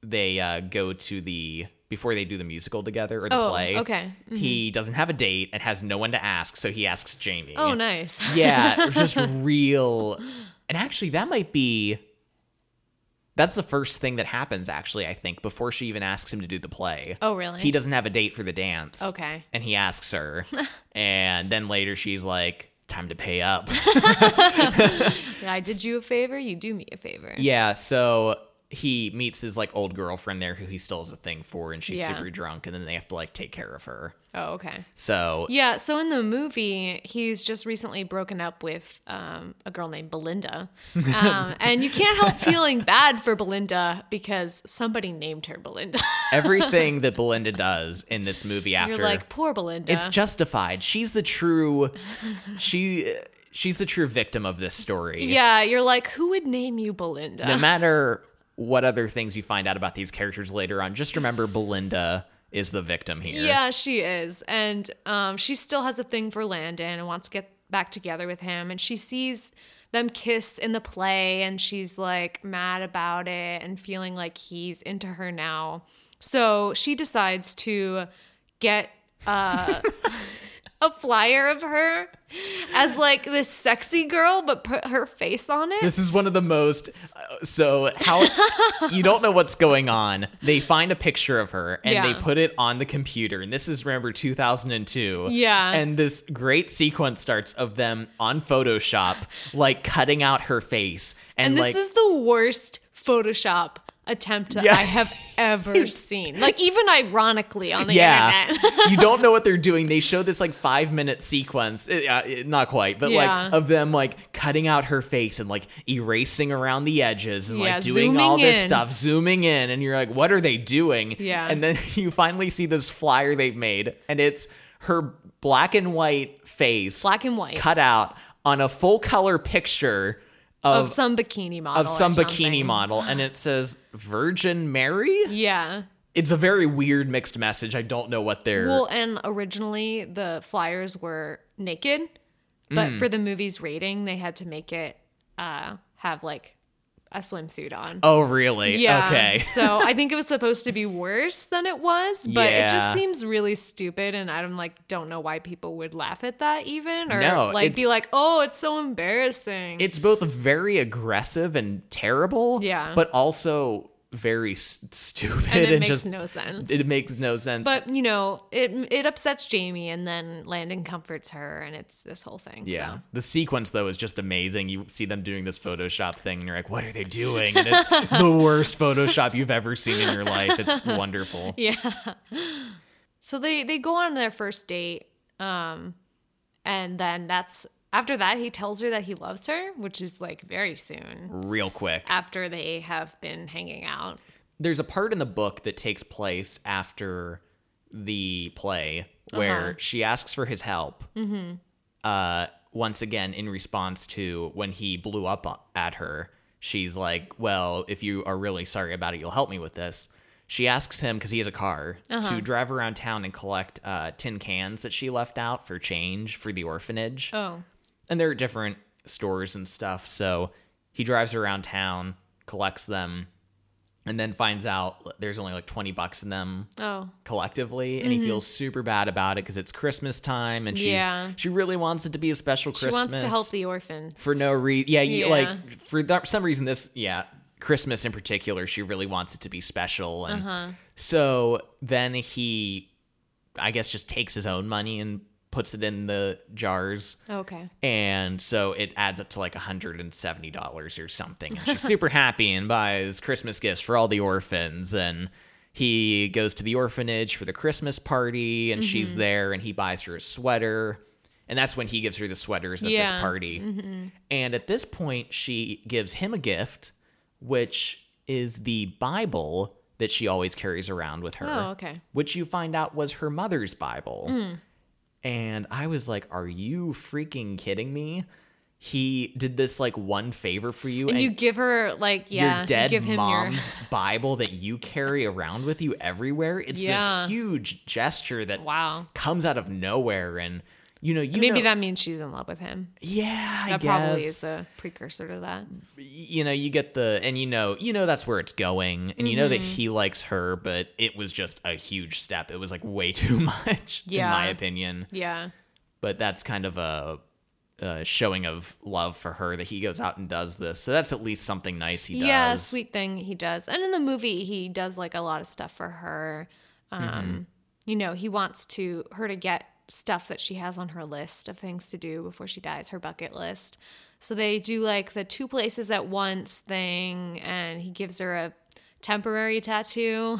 A: they uh, go to the before they do the musical together or the
B: Oh,
A: play.
B: okay. Mm-hmm.
A: He doesn't have a date and has no one to ask, so he asks Jamie.
B: Oh, nice.
A: <laughs> Yeah, it was just real. And actually, that might be. That's the first thing that happens, actually, I think, before she even asks him to do the play.
B: <laughs> Oh, really?
A: He doesn't have a date for the dance.
B: Okay.
A: And he asks
B: <laughs>
A: her. and then later she's like, time to pay
B: <laughs>
A: up.
B: I did you a favor. You do me a favor.
A: yeah, so he meets his like old girlfriend there who he still has a thing for and she's
B: Yeah.
A: super drunk and then they have to like take care of her.
B: Oh, okay.
A: So
B: Yeah, <laughs> so in the movie, he's just recently broken up with um, a girl
A: <laughs>
B: named Belinda. Um, and you can't help feeling bad for Belinda because somebody named her Belinda. <laughs>
A: everything that Belinda does in this movie after
B: You're like, poor Belinda.
A: it's justified. She's the true
B: <laughs>
A: she she's the true victim of this story.
B: yeah, you're like, who would name you Belinda?
A: No matter what other things you find out about these characters later on, just remember Belinda is the victim here.
B: <laughs> Yeah, she is. And um, she still has a thing for Landon and wants to get back together with him. And she sees them kiss in the play and she's like mad about it and feeling like he's into her now. So she decides to get uh, <laughs> a flyer of her as like this sexy girl, but put her face on it.
A: This is one of the most. uh, So how you don't know what's going on? They find a picture of her and they
B: Yeah.
A: put it on the computer. And this is remember 2002.
B: Yeah.
A: And this great sequence starts of them on Photoshop, like cutting out her face and,
B: And this
A: like
B: is the worst Photoshop attempt that
A: Yeah.
B: I have
A: <laughs>
B: ever seen. Like even ironically on the
A: yeah,
B: internet. <laughs>
A: you don't know what they're doing. They show this like five minute sequence, uh, uh, not quite, but
B: Yeah.
A: like of them like cutting out her face and like erasing around the edges and
B: Yeah,
A: like doing all
B: zooming
A: this
B: in.
A: stuff, zooming in, and you're like, what are they doing?
B: Yeah.
A: and then <laughs> you finally see this flyer they've made, and it's her black and white face,
B: Black and white.
A: cut out on a full color picture of
B: of some bikini model.
A: of some
B: or
A: bikini
B: something.
A: model, and it says Virgin Mary.
B: Yeah.
A: It's a very weird mixed message. I don't know what they're.
B: Well, and originally the flyers were naked, but
A: Mm.
B: for the movie's rating, they had to make it uh, have like a swimsuit on.
A: Oh, really?
B: Yeah.
A: Okay. <laughs>
B: so I think it was supposed to be worse than it was, but it
A: Yeah.
B: just seems really stupid, and I'm like, don't know why people would laugh at that even, or
A: No,
B: like be
A: it's-
B: like, oh, it's so embarrassing.
A: It's both very aggressive and terrible.
B: Yeah.
A: But also very s- stupid
B: and
A: and,
B: it makes
A: just
B: no sense.
A: it makes no sense.
B: but you know, it it upsets Jamie, and then Landon comforts her, and it's this whole thing.
A: yeah.
B: so.
A: The sequence though is just amazing. You see them doing this Photoshop thing and you're like, what are they doing? And
B: <laughs>
A: it's the worst Photoshop you've ever seen in your life. It's wonderful.
B: <laughs> Yeah. So they they go on their first date, um, and then that's after that he tells her that he loves her, which is like very soon
A: Real quick.
B: after they have been hanging out.
A: there's a part in the book that takes place after the play where she asks for his help. Mm-hmm. Uh, once again, in response to when he blew up o- at her, she's like, Well, if you are really sorry about it, you'll help me with this. She asks him, because he has a car, to drive around town and collect uh, tin cans that she left out for change for the orphanage
B: Oh,
A: and there are different stores and stuff. So he drives around town, collects them, and then finds out there's only like 20 bucks in them
B: oh,
A: collectively and
B: Mm-hmm.
A: he feels super bad about it because it's christmas time and she
B: Yeah.
A: she really wants it to be a special
B: she
A: christmas
B: wants to help the orphans.
A: for no reason yeah, you-
B: Yeah.
A: like for that, some reason this yeah christmas in particular she really wants it to be special and
B: Uh-huh.
A: so then he i guess just takes his own money and puts it in the jars
B: Oh, Okay.
A: and so it adds up to like $170 or something. And she's super happy and buys Christmas gifts for all the orphans. And he goes to the orphanage for the Christmas party, and
B: Mm-hmm.
A: she's there, and he buys her a sweater. And that's when he gives her the sweaters at this
B: Yeah. Mm-hmm.
A: party. And at this point, she gives him a gift, which is the Bible that she always carries around with her
B: Oh, okay.
A: which you find out was her mother's Bible. And I was like, Are you freaking kidding me? He did this like one favor for you,
B: And
A: and,
B: you give her like yeah,
A: your dead
B: you give him your
A: mom's Bible that you carry around with you everywhere. It's
B: Yeah.
A: this huge gesture that
B: <laughs> wow.
A: comes out of nowhere, and you know, you
B: Maybe
A: know,
B: that means she's in love with him.
A: yeah, I
B: That
A: guess
B: probably is a precursor to that.
A: you know, you get the, and you know, you know that's where it's going, and you know
B: Mm-hmm.
A: that he likes her, but it was just a huge step. It was like way <laughs> too much, in
B: Yeah.
A: my opinion.
B: Yeah.
A: but that's kind of a, a showing of love for her that he goes out and does this. So that's at least something nice he does.
B: Yeah, sweet thing he does. And in the movie, he does like a lot of stuff for her. Um,
A: Mm-hmm.
B: You know, he wants to her to get stuff that she has on her list of things to do before she dies, her bucket list. So they do like the two places at once thing, and he gives her a temporary tattoo.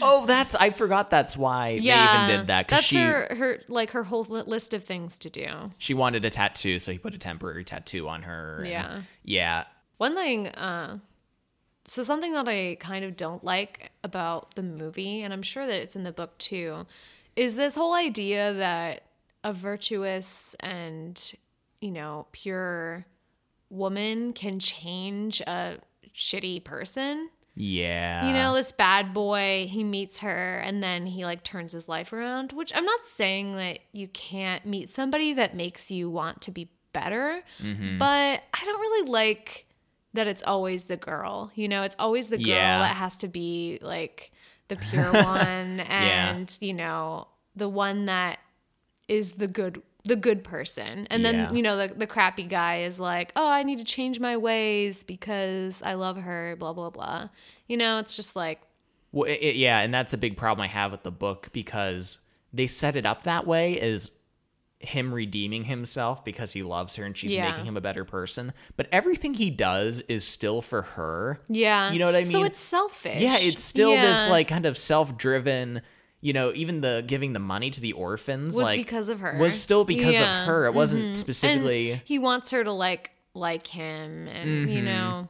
A: Oh, that's I forgot. That's why they even did that because
B: That's
A: she
B: her, her like her whole li- list of things to do.
A: she wanted a tattoo, so he put a temporary tattoo on her. and-
B: Yeah.
A: yeah.
B: One thing, uh, so something that I kind of don't like about the movie, and I'm sure that it's in the book too, is this whole idea that a virtuous and, you know, pure woman can change a shitty person.
A: Yeah.
B: You know, this bad boy, he meets her and then he like turns his life around, which I'm not saying that you can't meet somebody that makes you want to be better,
A: Mm-hmm.
B: but I don't really like that it's always the girl. You know, it's always the girl
A: Yeah.
B: that has to be like
A: <laughs>
B: the pure one and, you know, the one that is the good the good person and then
A: Yeah.
B: you know the, the crappy guy is like oh i need to change my ways because i love her blah blah blah you know it's just like
A: Well, it, it- yeah, and that's a big problem I have with the book because they set it up that way as him redeeming himself because he loves her and she's
B: Yeah.
A: making him a better person. But everything he does is still for her.
B: yeah
A: You know what I
B: so
A: mean?
B: it's selfish
A: Yeah, it's still this
B: Yeah.
A: like kind of self-driven. You know, even the giving the money to the orphans
B: was
A: like
B: because of her
A: was still because
B: Yeah. Mm-hmm.
A: of her. It wasn't
B: and
A: specifically. Mm-hmm.
B: he wants her to like like him and you know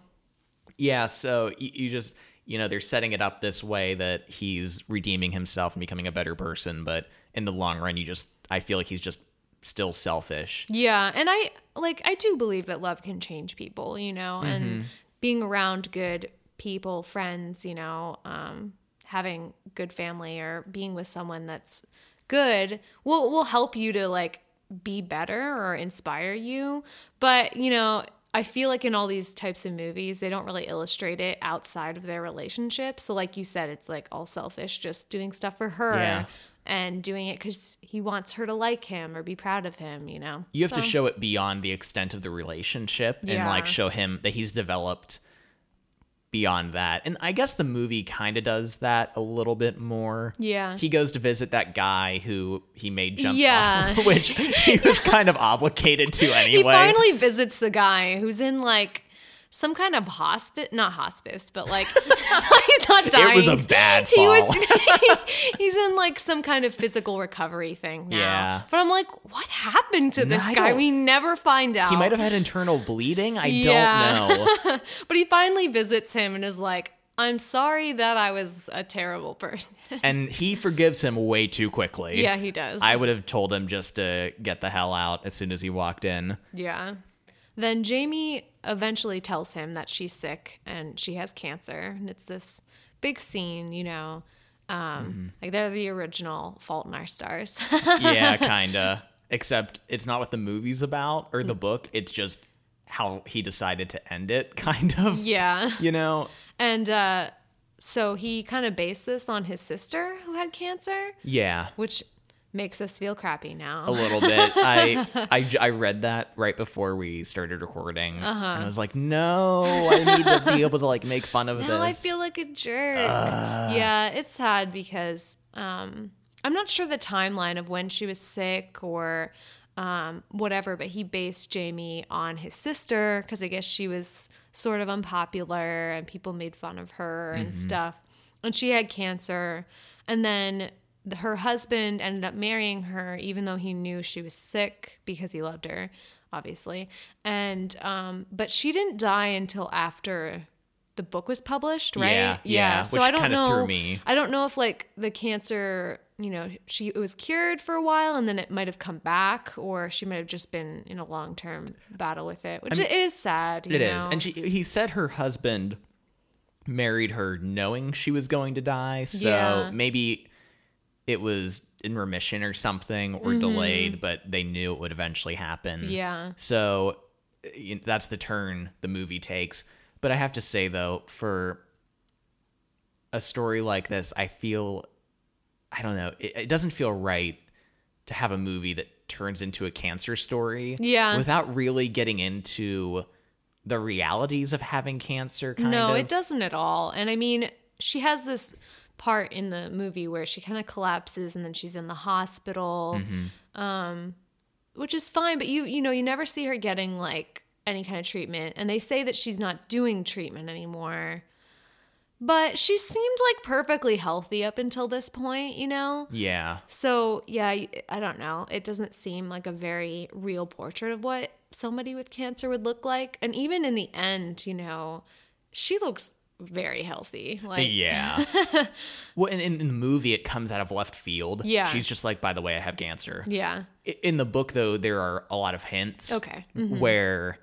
A: Yeah, so you, you just you know they're setting it up this way that he's redeeming himself and becoming a better person, but in the long run, you just I feel like he's just still selfish.
B: Yeah, and I like I do believe that love can change people, you know, and being around good people, friends, you know, um, having good family or being with someone that's good will will help you to like be better or inspire you. But you know, I feel like in all these types of movies, they don't really illustrate it outside of their relationship. So like you said, it's like all selfish, just doing stuff for her.
A: Yeah.
B: And doing it because he wants her to like him or be proud of him, you know.
A: You have to show it beyond the extent of the relationship and like
B: Yeah.
A: show him that he's developed beyond that. And I guess the movie kind of does that a little bit more.
B: Yeah.
A: He goes to visit that guy who he made jump
B: Yeah.
A: off, <laughs> which
B: <laughs>
A: he was kind of obligated to anyway.
B: He finally visits the guy who's in like some kind of hospice, not hospice, but like <laughs> he's not dying.
A: it was a bad fall.
B: <laughs> he <laughs> was
A: <laughs>
B: he's in like some kind of physical recovery thing now.
A: Yeah.
B: But I'm like, what happened to this
A: I
B: guy?
A: don't-
B: We never find out.
A: He might have had internal bleeding. I
B: Yeah. <laughs>
A: don't know.
B: But he finally visits him and is like, I'm sorry that I was a terrible person. <laughs>
A: And he forgives him way too quickly.
B: yeah, he does.
A: I would have told him just to get the hell out as soon as he walked
B: <laughs>
A: in.
B: Yeah. Then Jamie eventually tells him that she's sick and she has cancer. And it's this big scene, you know. Um, Like they're the original Fault in Our Stars. <laughs>
A: Yeah, kinda. Except it's not what the movie's about or the
B: Mm.
A: book. It's just how he decided to end it, <laughs> kind of.
B: yeah.
A: You know?
B: And uh, so he kind of based this on his sister who had cancer,
A: Yeah.
B: which makes us feel crappy now.
A: A little bit. I,
B: <laughs>
A: I j- I read that right before we started recording,
B: Uh-huh.
A: and I was like, "No, I need to be able to like make fun
B: <laughs>
A: of
B: Now I
A: this."
B: feel like a jerk. yeah, it's sad because um, I'm not sure the timeline of when she was sick or um, whatever, but he based Jamie on his sister because I guess she was sort of unpopular and people made fun of her and stuff. And she had cancer. And then the- her husband ended up marrying her, even though he knew she was sick because he loved her, obviously. And, um, but she didn't die until after the book was published, right?
A: Yeah, yeah,
B: So
A: which
B: I don't
A: kinda
B: know.
A: threw me.
B: I don't know if like the cancer, you know, she it was cured for a while and then it might have come back, or she might have just been in a long term battle with it, which it is sad. You
A: It is,
B: know?
A: And she he said her husband married her knowing she was going to die. So
B: Yeah.
A: maybe it was in remission or something or
B: Mm-hmm.
A: delayed, but they knew it would eventually happen.
B: Yeah.
A: So y- that's the turn the movie takes. But I have to say though, for a story like this, I feel I don't know, it, it doesn't feel right to have a movie that turns into a cancer story
B: Yeah.
A: without really getting into the realities of having cancer kind
B: no,
A: of
B: it doesn't at all. And I mean, she has this part in the movie where she kind of collapses and then she's in the
A: Mm-hmm.
B: hospital, um, which is fine. But you you know you never see her getting like any kind of treatment, and they say that she's not doing treatment anymore. But she seemed like perfectly healthy up until this point, you know?
A: Yeah.
B: So, yeah, y- I don't know. It doesn't seem like a very real portrait of what somebody with cancer would look like. And even in the end, you know, she looks very healthy. Like, <laughs>
A: yeah. well, in, in the movie, it comes out of left field.
B: Yeah.
A: She's just like, by the way, I have cancer.
B: yeah.
A: I- In the book, though, there are a lot of hints.
B: Okay. Mm-hmm.
A: Where,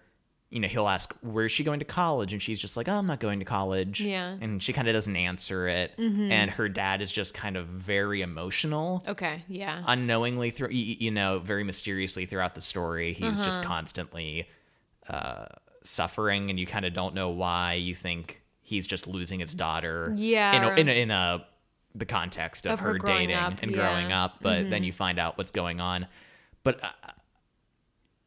A: you know, he'll ask, where's she going to college? And she's just like, oh, I'm not going to college.
B: Yeah.
A: And she kind of doesn't answer it. And her dad is just kind of very emotional.
B: Okay. Yeah.
A: unknowingly through y- you know very mysteriously throughout the story he's just constantly uh suffering and you kind of don't know why you think he's just losing his daughter in
B: Yeah.
A: a, in a, in a the context of,
B: Um, Of her
A: her,
B: growing
A: dating
B: up,
A: and growing
B: yeah.
A: up
B: Mm-hmm.
A: but then you find out what's going on but uh,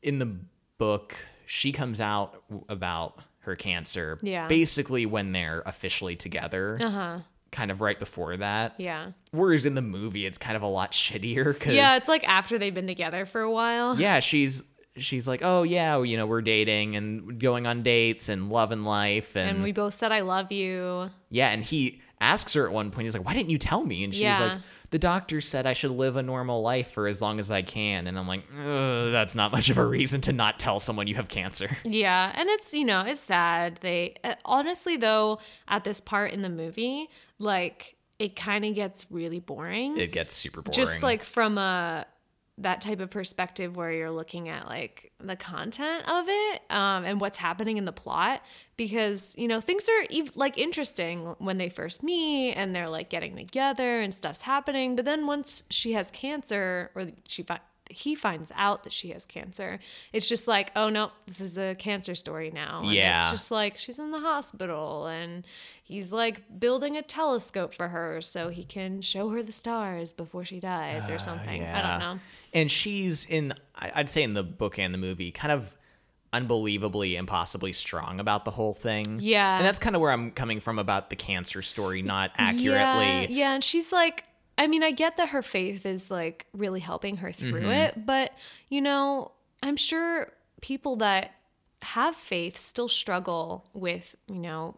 A: in the book she comes out w- about her cancer
B: Yeah.
A: basically when they're officially together
B: Uh huh.
A: kind of right before that
B: Yeah.
A: whereas in the movie it's kind of a lot <laughs> shittier because
B: Yeah. It's like after they've been together for a while.
A: yeah, she's she's like, oh yeah, well, you know, we're dating and going on dates and love and life and,
B: And we both said, I love you.
A: yeah, and he asks her at one point, he's like, why didn't you tell me? And she's
B: Yeah.
A: like, the doctor said I should live a normal life for as long as I can, and I'm like, "Ugh, that's not much of a reason to not tell someone you have cancer.
B: Yeah, and it's you know it's sad. They uh, honestly though at this part in the movie, like it kind of gets really
A: <laughs>
B: boring.
A: It gets super boring.
B: Just like from a that type of perspective where you're looking at like the content of it um, and what's happening in the plot because you know things are ev- like interesting when they first meet and they're like getting together and stuff's happening but then once she has cancer or she fi- he finds out that she has cancer it's just like oh no this is a cancer story now And
A: Yeah.
B: it's just like she's in the hospital and he's like building a telescope for her so he can show her the stars before she dies or something. I
A: Ah, Oh, Yeah.
B: don't know.
A: And she's in, I- I'd say in the book and the movie, kind of unbelievably, impossibly strong about the whole thing.
B: Yeah.
A: And that's kind of where I'm coming from about the cancer story, not accurately.
B: Yeah, yeah, and she's like I mean, I get that her faith is like really helping her through it, but you know, I'm sure people that have faith still struggle with, you know,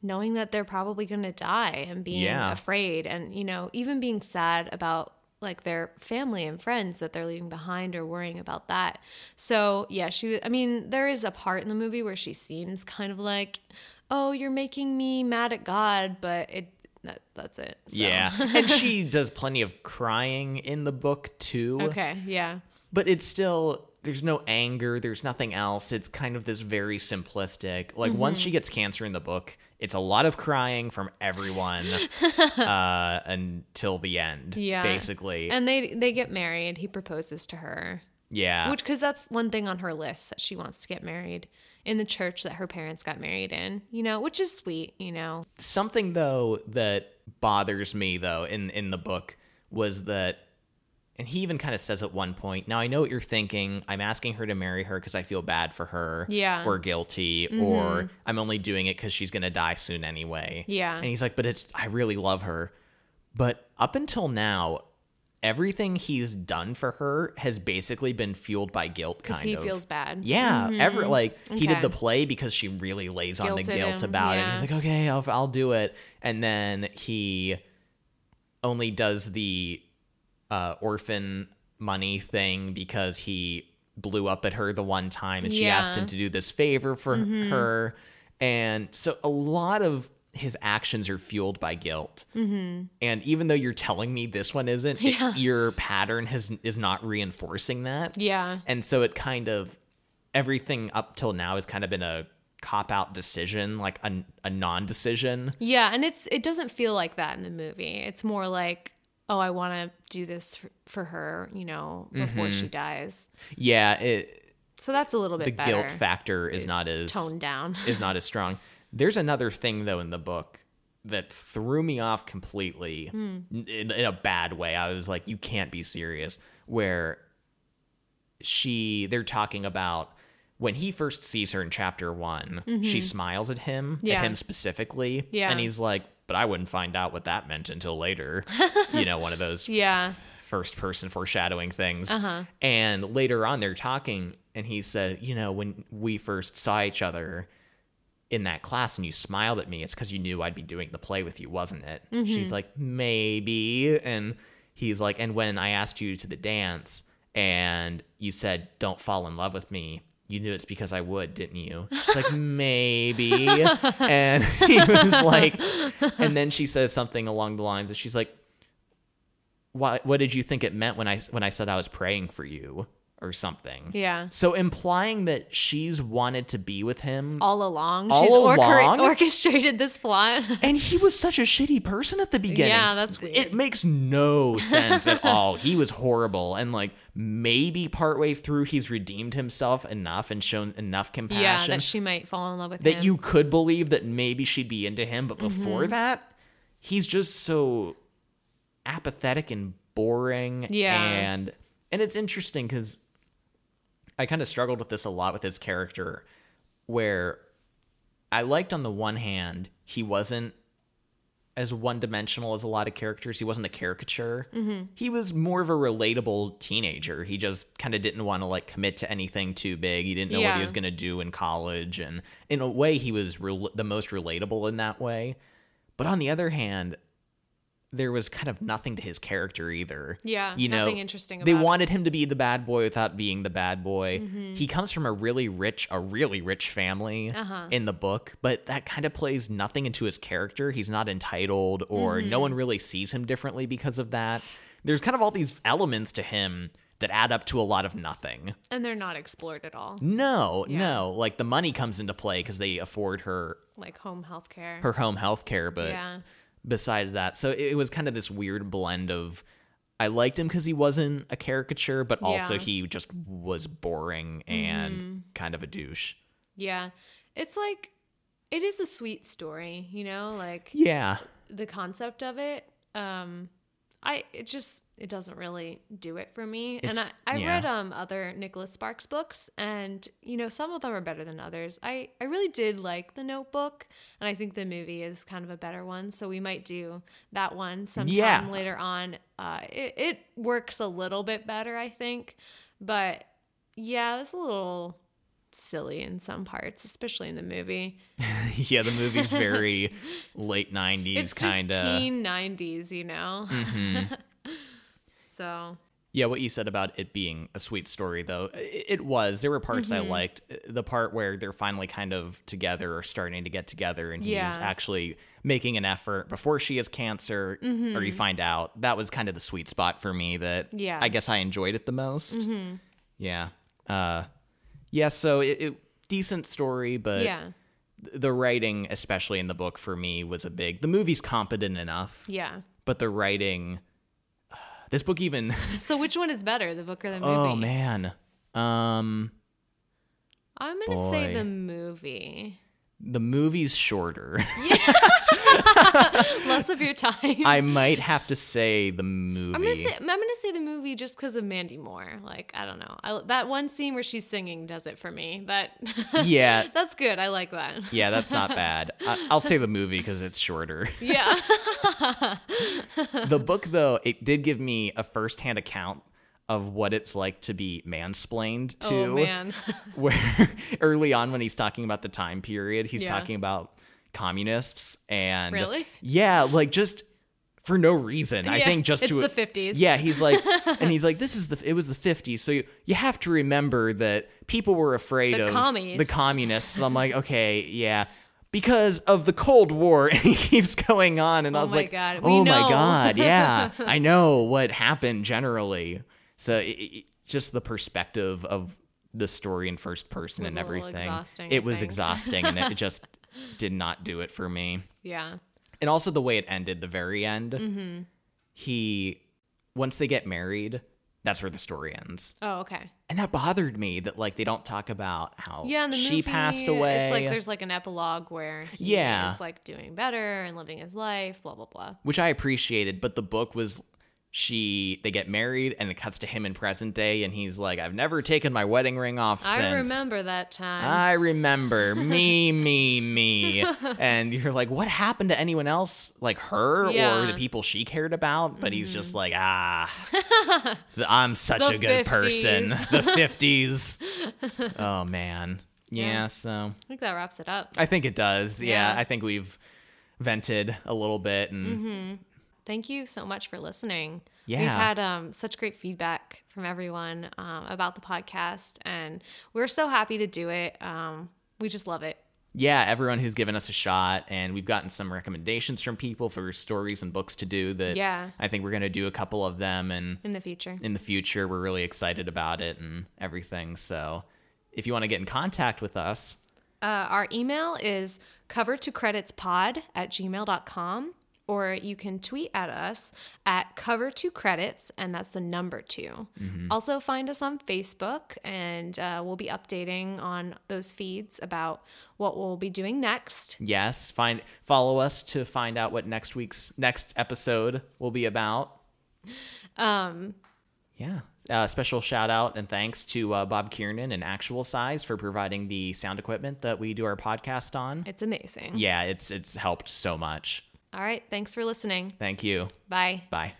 B: knowing that they're probably going to die and being
A: Yeah.
B: afraid and, you know, even being sad about like their family and friends that they're leaving behind or worrying about that. So, yeah, she I mean, there is a part in the movie where she seems kind of like, "Oh, you're making me mad at God," but it that, that's it. So.
A: Yeah. <laughs> and she does plenty of crying in the book too.
B: <laughs> Okay, yeah.
A: But it's still there's no anger, there's nothing else. It's kind of this very simplistic. Like
B: Mm-hmm.
A: once she gets cancer in the book, it's a lot of crying from
B: <laughs>
A: everyone uh, until the end.
B: Yeah.
A: Basically.
B: And they they get married. He proposes to her.
A: yeah.
B: Which cuz that's one thing on her list that she wants to get married in the church that her parents got married in, you know, which is sweet, you know.
A: Something though that bothers me though in in the book was that and he even kind of says at one point, "Now I know what you're thinking. I'm asking her to marry her because I feel bad for her,
B: Yeah. Mm-hmm.
A: or guilty, or I'm only doing it because she's gonna die soon anyway."
B: Yeah.
A: and he's like, "But it's I really love her." But up until now, everything he's done for her has basically been fueled by guilt. Kind
B: Cuz he
A: of
B: feels bad. Mm-hmm.
A: yeah, ever like he
B: Okay.
A: did the play because she really lays on the
B: Guilted
A: guilt
B: him,
A: about
B: yeah.
A: it. He's like, okay, I'll, I'll do it, and then he only does the uh, orphan money thing because he blew up at her the one time, and she asked
B: Yeah. Mm-hmm.
A: him to do this favor for her, and so a lot of his actions are fueled by guilt.
B: Mm-hmm.
A: And even though you're telling me this one isn't, it- your pattern has is not reinforcing that.
B: Yeah.
A: And so it kind of everything up till now has kind of been a cop out decision, like a, a non decision.
B: Yeah, and it's it doesn't feel like that in the movie. It's more like, "Oh, I want to do this f- for her, you know, before she dies."
A: Yeah, it,
B: So that's a little bit
A: Mm-hmm. the
B: better.
A: guilt factor is, not as
B: toned down. <laughs>
A: is not as strong. There's another thing though in the book that threw me off completely in, in a bad way. I was like, you can't be serious. Where she, they're talking about when he first sees her in chapter one, she smiles at him,
B: Mm-hmm. Yeah.
A: at him specifically,
B: Yeah.
A: and he's like, but I wouldn't find out what that meant until
B: <laughs>
A: later. you know, one of those
B: yeah. Uh-huh.
A: first person foreshadowing things. And later on, they're talking, and he said, You know, when we first saw each other, in that class and you smiled at me, it's because you knew I'd be doing the play with you, wasn't it? She's like, maybe. And he's like, and when I asked you to the dance and you said, don't fall in love with me, you knew it's because I would, didn't you? She's like, maybe. and he was like, and then she says something along the lines that she's like, what, what did you think it meant when I, when I said I was praying for you or something?
B: Yeah.
A: So implying that she's wanted to be with him
B: All along,
A: All
B: she's
A: along?
B: orchestrated this plot. <laughs>
A: And he was such a shitty person at the beginning.
B: Yeah, that's weird.
A: It makes no sense at all. He was horrible. And like maybe partway through he's redeemed himself enough and shown enough
B: yeah,
A: compassion
B: that she might fall in love with
A: that
B: him. Mm-hmm.
A: you could believe that maybe she'd be into him, but before that, he's just so apathetic and boring.
B: Yeah.
A: And and it's interesting because I kind of struggled with this a lot with his character, where I liked on the one hand, he wasn't as one dimensional as a lot of characters. He wasn't a caricature.
B: Mm-hmm.
A: He was more of a relatable teenager. He just kind of didn't want to like commit to anything too big. He didn't know what
B: Yeah.
A: he was going to do in college. And in a way, he was rel the most relatable in that way. But on the other hand, there was kind of nothing to his character either.
B: Yeah,
A: you know,
B: nothing interesting
A: They
B: about Mm-hmm. it.
A: wanted him to be the bad boy without being the bad boy. He comes from a really rich, a really rich family
B: Uh-huh.
A: in the book, but that kind of plays nothing into his character. He's not entitled, or
B: Mm-hmm.
A: no one really sees him differently because of that. There's kind of all these elements to him that add up to a lot of nothing.
B: and they're not explored at all,
A: No,
B: Yeah.
A: no, like the money comes into play because they afford her
B: like home health care.
A: her home health care, but
B: yeah.
A: besides that. So it it was kind of this weird blend of I liked him because he wasn't a caricature, but also
B: Yeah. Mm-hmm.
A: he just was boring and kind of a douche.
B: Yeah. It's like it is a sweet story, you know, like
A: Yeah. <laughs>
B: the concept of it. Um I it just it doesn't really do it for me.
A: It's-
B: and I, I
A: yeah.
B: read um other Nicholas Sparks books and you know, some of them are better than others. I, I really did like the notebook and I think the movie is kind of a better one. So we might do that one sometime
A: Yeah.
B: later on. Uh it, it works a little bit better, I think. But yeah, it was a little silly in some parts, especially in the movie.
A: yeah, the movie's
B: <laughs>
A: very late 90s
B: It's
A: kind
B: just
A: of.
B: teen nineties, you know.
A: Mm. Mm-hmm.
B: so
A: Yeah, what you said about it being a sweet story, though, i- it was. There were parts
B: Mm-hmm.
A: I liked. uh, The part where they're finally kind of together or starting to get together, and he's
B: Yeah.
A: actually making an effort before she has cancer, or you find out. That was kind of the sweet spot for me that
B: Mm-hmm. Yeah. Mm-hmm.
A: I guess I enjoyed it the most. Yeah. Uh, yeah, so it, it decent story, but
B: yeah,
A: th- the writing, especially in the book for me, was a big. The movie's competent enough,
B: yeah.
A: but the writing. <sighs> This book even.
B: So which one is better, the book or the movie?
A: Oh man. Um
B: I'm gonna say
A: boy.
B: the movie. <laughs>
A: the movie's shorter.
B: Less of your time. I-
A: I might have to say the movie.
B: am gonna say I'm gonna say the movie just because of Mandy Moore. Like I don't know, I, that one scene where she's singing does it for me. That <laughs>
A: yeah.
B: that's good. I like that.
A: Yeah, that's
B: <laughs>
A: not bad. I- I'll say the movie cuz it's shorter. <laughs>
B: Yeah. <laughs>
A: the book though, it did give me a first-hand account of what it's like to be mansplained to.
B: oh man.
A: <laughs> where <laughs> early on when he's talking about the time period, he's
B: Yeah.
A: talking about communists and
B: Really?
A: yeah, like just for no reason. I
B: Yeah,
A: think just
B: it's
A: to
B: the 50s.
A: Yeah, he's
B: <laughs>
A: like, and he's like, this is the it was the fifties, so you you have to remember that people were afraid
B: The
A: of
B: commies.
A: the communists. And I'm like, okay, yeah. Because of the Cold War, <laughs> and he keeps going on, and I
B: Oh
A: was
B: my
A: like,
B: God, we
A: "Oh
B: know."
A: my god,
B: <laughs>
A: yeah, I know what happened generally." So it, it, just the perspective of the story in first person
B: Was
A: and
B: a little
A: everything,
B: exhausting, I
A: it was
B: think.
A: exhausting, and
B: <laughs>
A: it just did not do it for me.
B: Yeah.
A: And also the way it ended, the very end,
B: Mm-hmm.
A: he once they get married, that's where the story ends,
B: Oh okay.
A: and that bothered me that like they don't talk about how
B: Yeah, in the
A: Oh, she
B: movie,
A: passed away.
B: It's like there's like an epilogue where he
A: Yeah.
B: is like doing better and living his life, blah blah blah.
A: which I appreciated, but the book was she they get married and it cuts to him in present day and he's like I've never taken my wedding ring off
B: I
A: since.
B: remember that time. <laughs>
A: I remember me me me and you're like what happened to anyone else like her or
B: Yeah. Mm-hmm.
A: the people she cared about but he's just like ah
B: <laughs>
A: th- I'm such <laughs>
B: The
A: a good person
B: <laughs> 50s.
A: the 50s oh man yeah, so
B: I think that wraps it up.
A: I think it does. Yeah,
B: Yeah. Mm-hmm.
A: I think we've vented a little bit and
B: Thank you so much for listening.
A: Yeah.
B: We've had um, such great feedback from everyone um, about the podcast, and we're so happy to do it. Um, we just love it.
A: yeah, everyone who's given us a shot and we've gotten some recommendations from people for stories and books to do that
B: Yeah.
A: I think we're going to do a couple of them and
B: In the future,
A: in the future we're really excited about it and everything. So, if you want to get in contact with us,
B: uh, our email is cover to credits pod at gmail.com, or you can tweet at us at cover to credits, and that's the number 2 Also, find us on Facebook, and uh, we'll be updating on those feeds about what we'll be doing next.
A: yes, find follow us to find out what next week's next episode will be about.
B: Um,
A: Yeah. Uh, special shout out and thanks to uh, Bob Kiernan and Actual Size for providing the sound equipment that we do our podcast on.
B: it's amazing.
A: Yeah, it's it's helped so much.
B: All right. Thanks for listening.
A: Thank you.
B: Bye.
A: Bye.